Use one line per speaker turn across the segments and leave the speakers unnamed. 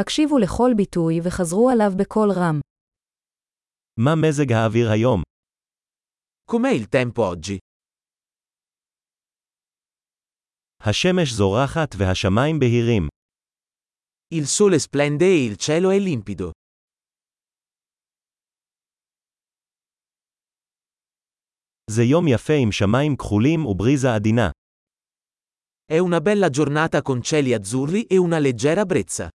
הקשיבו לכל ביטוי וחזרו עליו בקול רם.
מה מזג האוויר היום?
Com'è il tempo oggi?
השמש זורחת והשמיים בהירים.
Il sole splende e il cielo è limpido.
זה יום יפה עם שמיים כחולים ובריזה עדינה.
È una bella giornata con cieli azzurri e una leggera brezza.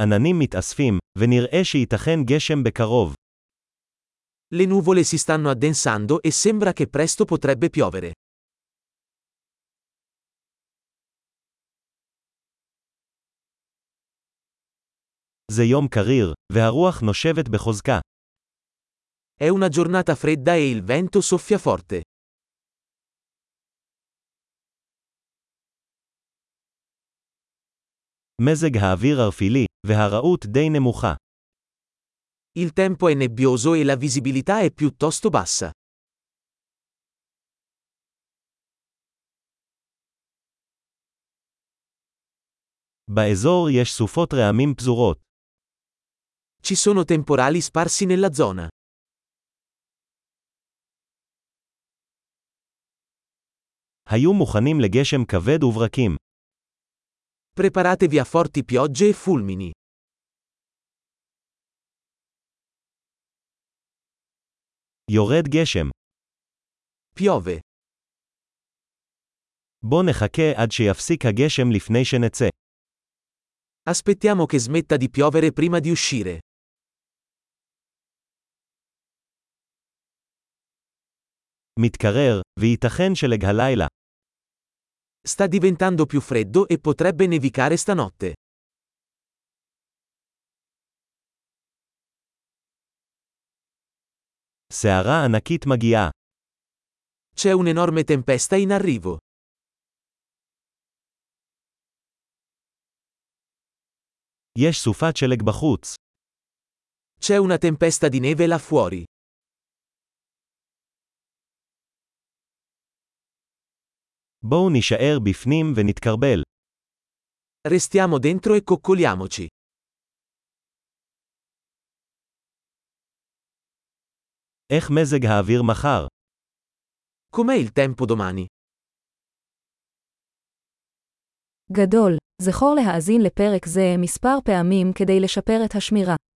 עננים מתאספים, ונראה שייתכן גשם בקרוב.
Le nuvole si stanno addensando e sembra che presto potrebbe piovere.
זה יום קריר, והרוח נושבת בחוזקה.
È una giornata fredda e il vento soffia forte.
מזג האוויר ערפילי, והרעות די נמוכה.
Il tempo è nebbioso e la visibilità è piuttosto bassa.
באזור יש סופות רעמים פזורות.
Ci sono temporali sparsi nella zona.
היו מוכנים לגשם כבד וברקים.
Preparatevi a forti piogge e fulmini.
יורד גשם.
Piove.
בוא נחכה עד שיפסיק הגשם לפני שנצא.
Aspettiamo che smetta di piovere prima di uscire.
מתקרר, וייתכן שלג הלילה.
Sta diventando più freddo e potrebbe nevicare stanotte.
סערה ענקית מגיעה.
C'è un'enorme tempesta in arrivo.
יש סופת שלג בחוץ.
C'è una tempesta di neve là fuori.
בואו נישאר בפנים ונתקרבל.
Restiamo dentro e coccoliamoci.
איך מזג האוויר מחר?
Com'è il tempo domani?
גדול, זכור להאזין לפרק זה מספר פעמים כדי לשפר את השמירה.